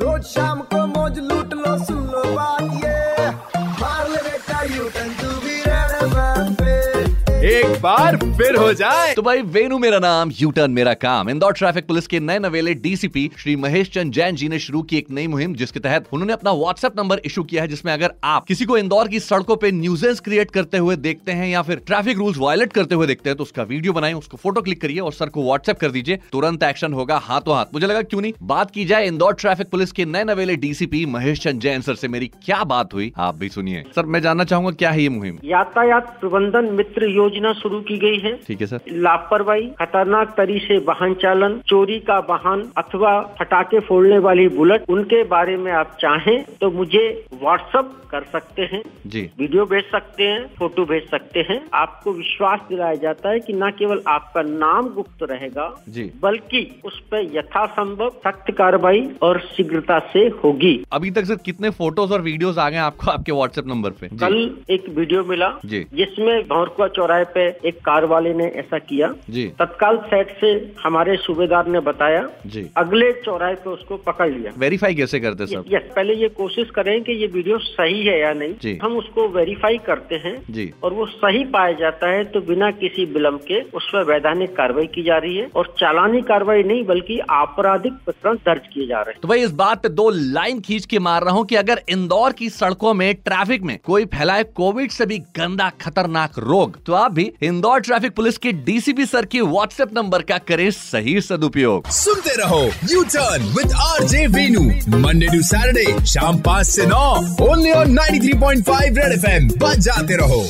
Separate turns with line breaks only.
रोज शाम को मौज लूट लो सुन लो बात ये मार ले बेटा यू टर्न तू भी रेड पे
एक बार फिर हो जाए
तो भाई वेनु मेरा नाम यू टर्न मेरा काम इंदौर ट्रैफिक पुलिस के नए नवेले डीसीपी श्री महेश चंद जैन जी ने शुरू की एक नई मुहिम जिसके तहत उन्होंने अपना व्हाट्सएप नंबर इशू किया है जिसमें अगर आप किसी को इंदौर की सड़कों पे न्यूजेंस क्रिएट करते हुए देखते हैं या फिर ट्रैफिक रूल्स वायलेट करते हुए देखते हैं तो उसका वीडियो बनाए उसको फोटो क्लिक करिए और सर को व्हाट्सएप कर दीजिए तुरंत एक्शन होगा हाथों हाथ मुझे लगा क्यों नहीं बात की जाए इंदौर ट्रैफिक पुलिस के नए नवेले डीसीपी महेश चंद जैन सर से मेरी क्या बात हुई आप भी सुनिए सर मैं जानना चाहूंगा क्या है ये मुहिम
यातायात प्रबंधन मित्र योजना शुरू की गई है
ठीक है सर
लापरवाही खतरनाक तरी से वाहन चालन चोरी का वाहन अथवा फटाके फोड़ने वाली बुलेट उनके बारे में आप चाहें तो मुझे व्हाट्सअप कर सकते हैं
जी
वीडियो भेज सकते हैं फोटो भेज सकते हैं आपको विश्वास दिलाया जाता है कि न केवल आपका नाम गुप्त रहेगा
जी
बल्कि उस पर यथासंभव सख्त कार्रवाई और शीघ्रता से होगी
अभी तक सर कितने फोटोज और वीडियोस आ गए हैं आपको आपके व्हाट्सएप नंबर पे जी,
कल एक वीडियो मिला
जी।
जिसमें भौरकुआ चौराहे पे एक कार वाले ने ऐसा किया
जी
तत्काल सेट से हमारे सूबेदार ने बताया
जी
अगले चौराहे पे उसको पकड़ लिया
वेरीफाई कैसे करते हैं सर
यस पहले ये कोशिश करें कि ये वीडियो सही है या
जी।
नहीं हम उसको वेरीफाई करते हैं
जी
और वो सही पाया जाता है तो बिना किसी विलम्ब के उस पर वैधानिक कार्रवाई की जा रही है और चालानी कार्रवाई नहीं बल्कि आपराधिक प्रकरण दर्ज किए जा रहे हैं
तो भाई इस बात पे दो लाइन खींच के मार रहा हूँ कि अगर इंदौर की सड़कों में ट्रैफिक में कोई फैलाए कोविड से भी गंदा खतरनाक रोग तो आप भी इंदौर ट्रैफिक पुलिस के डीसीपी सर के व्हाट्सएप नंबर का करें सही सदुपयोग
सुनते रहो U turn with RJ Venu Monday to टू सैटरडे शाम पाँच से नौ ओनली ऑन 93.5 रेड एफएम बच जाते रहो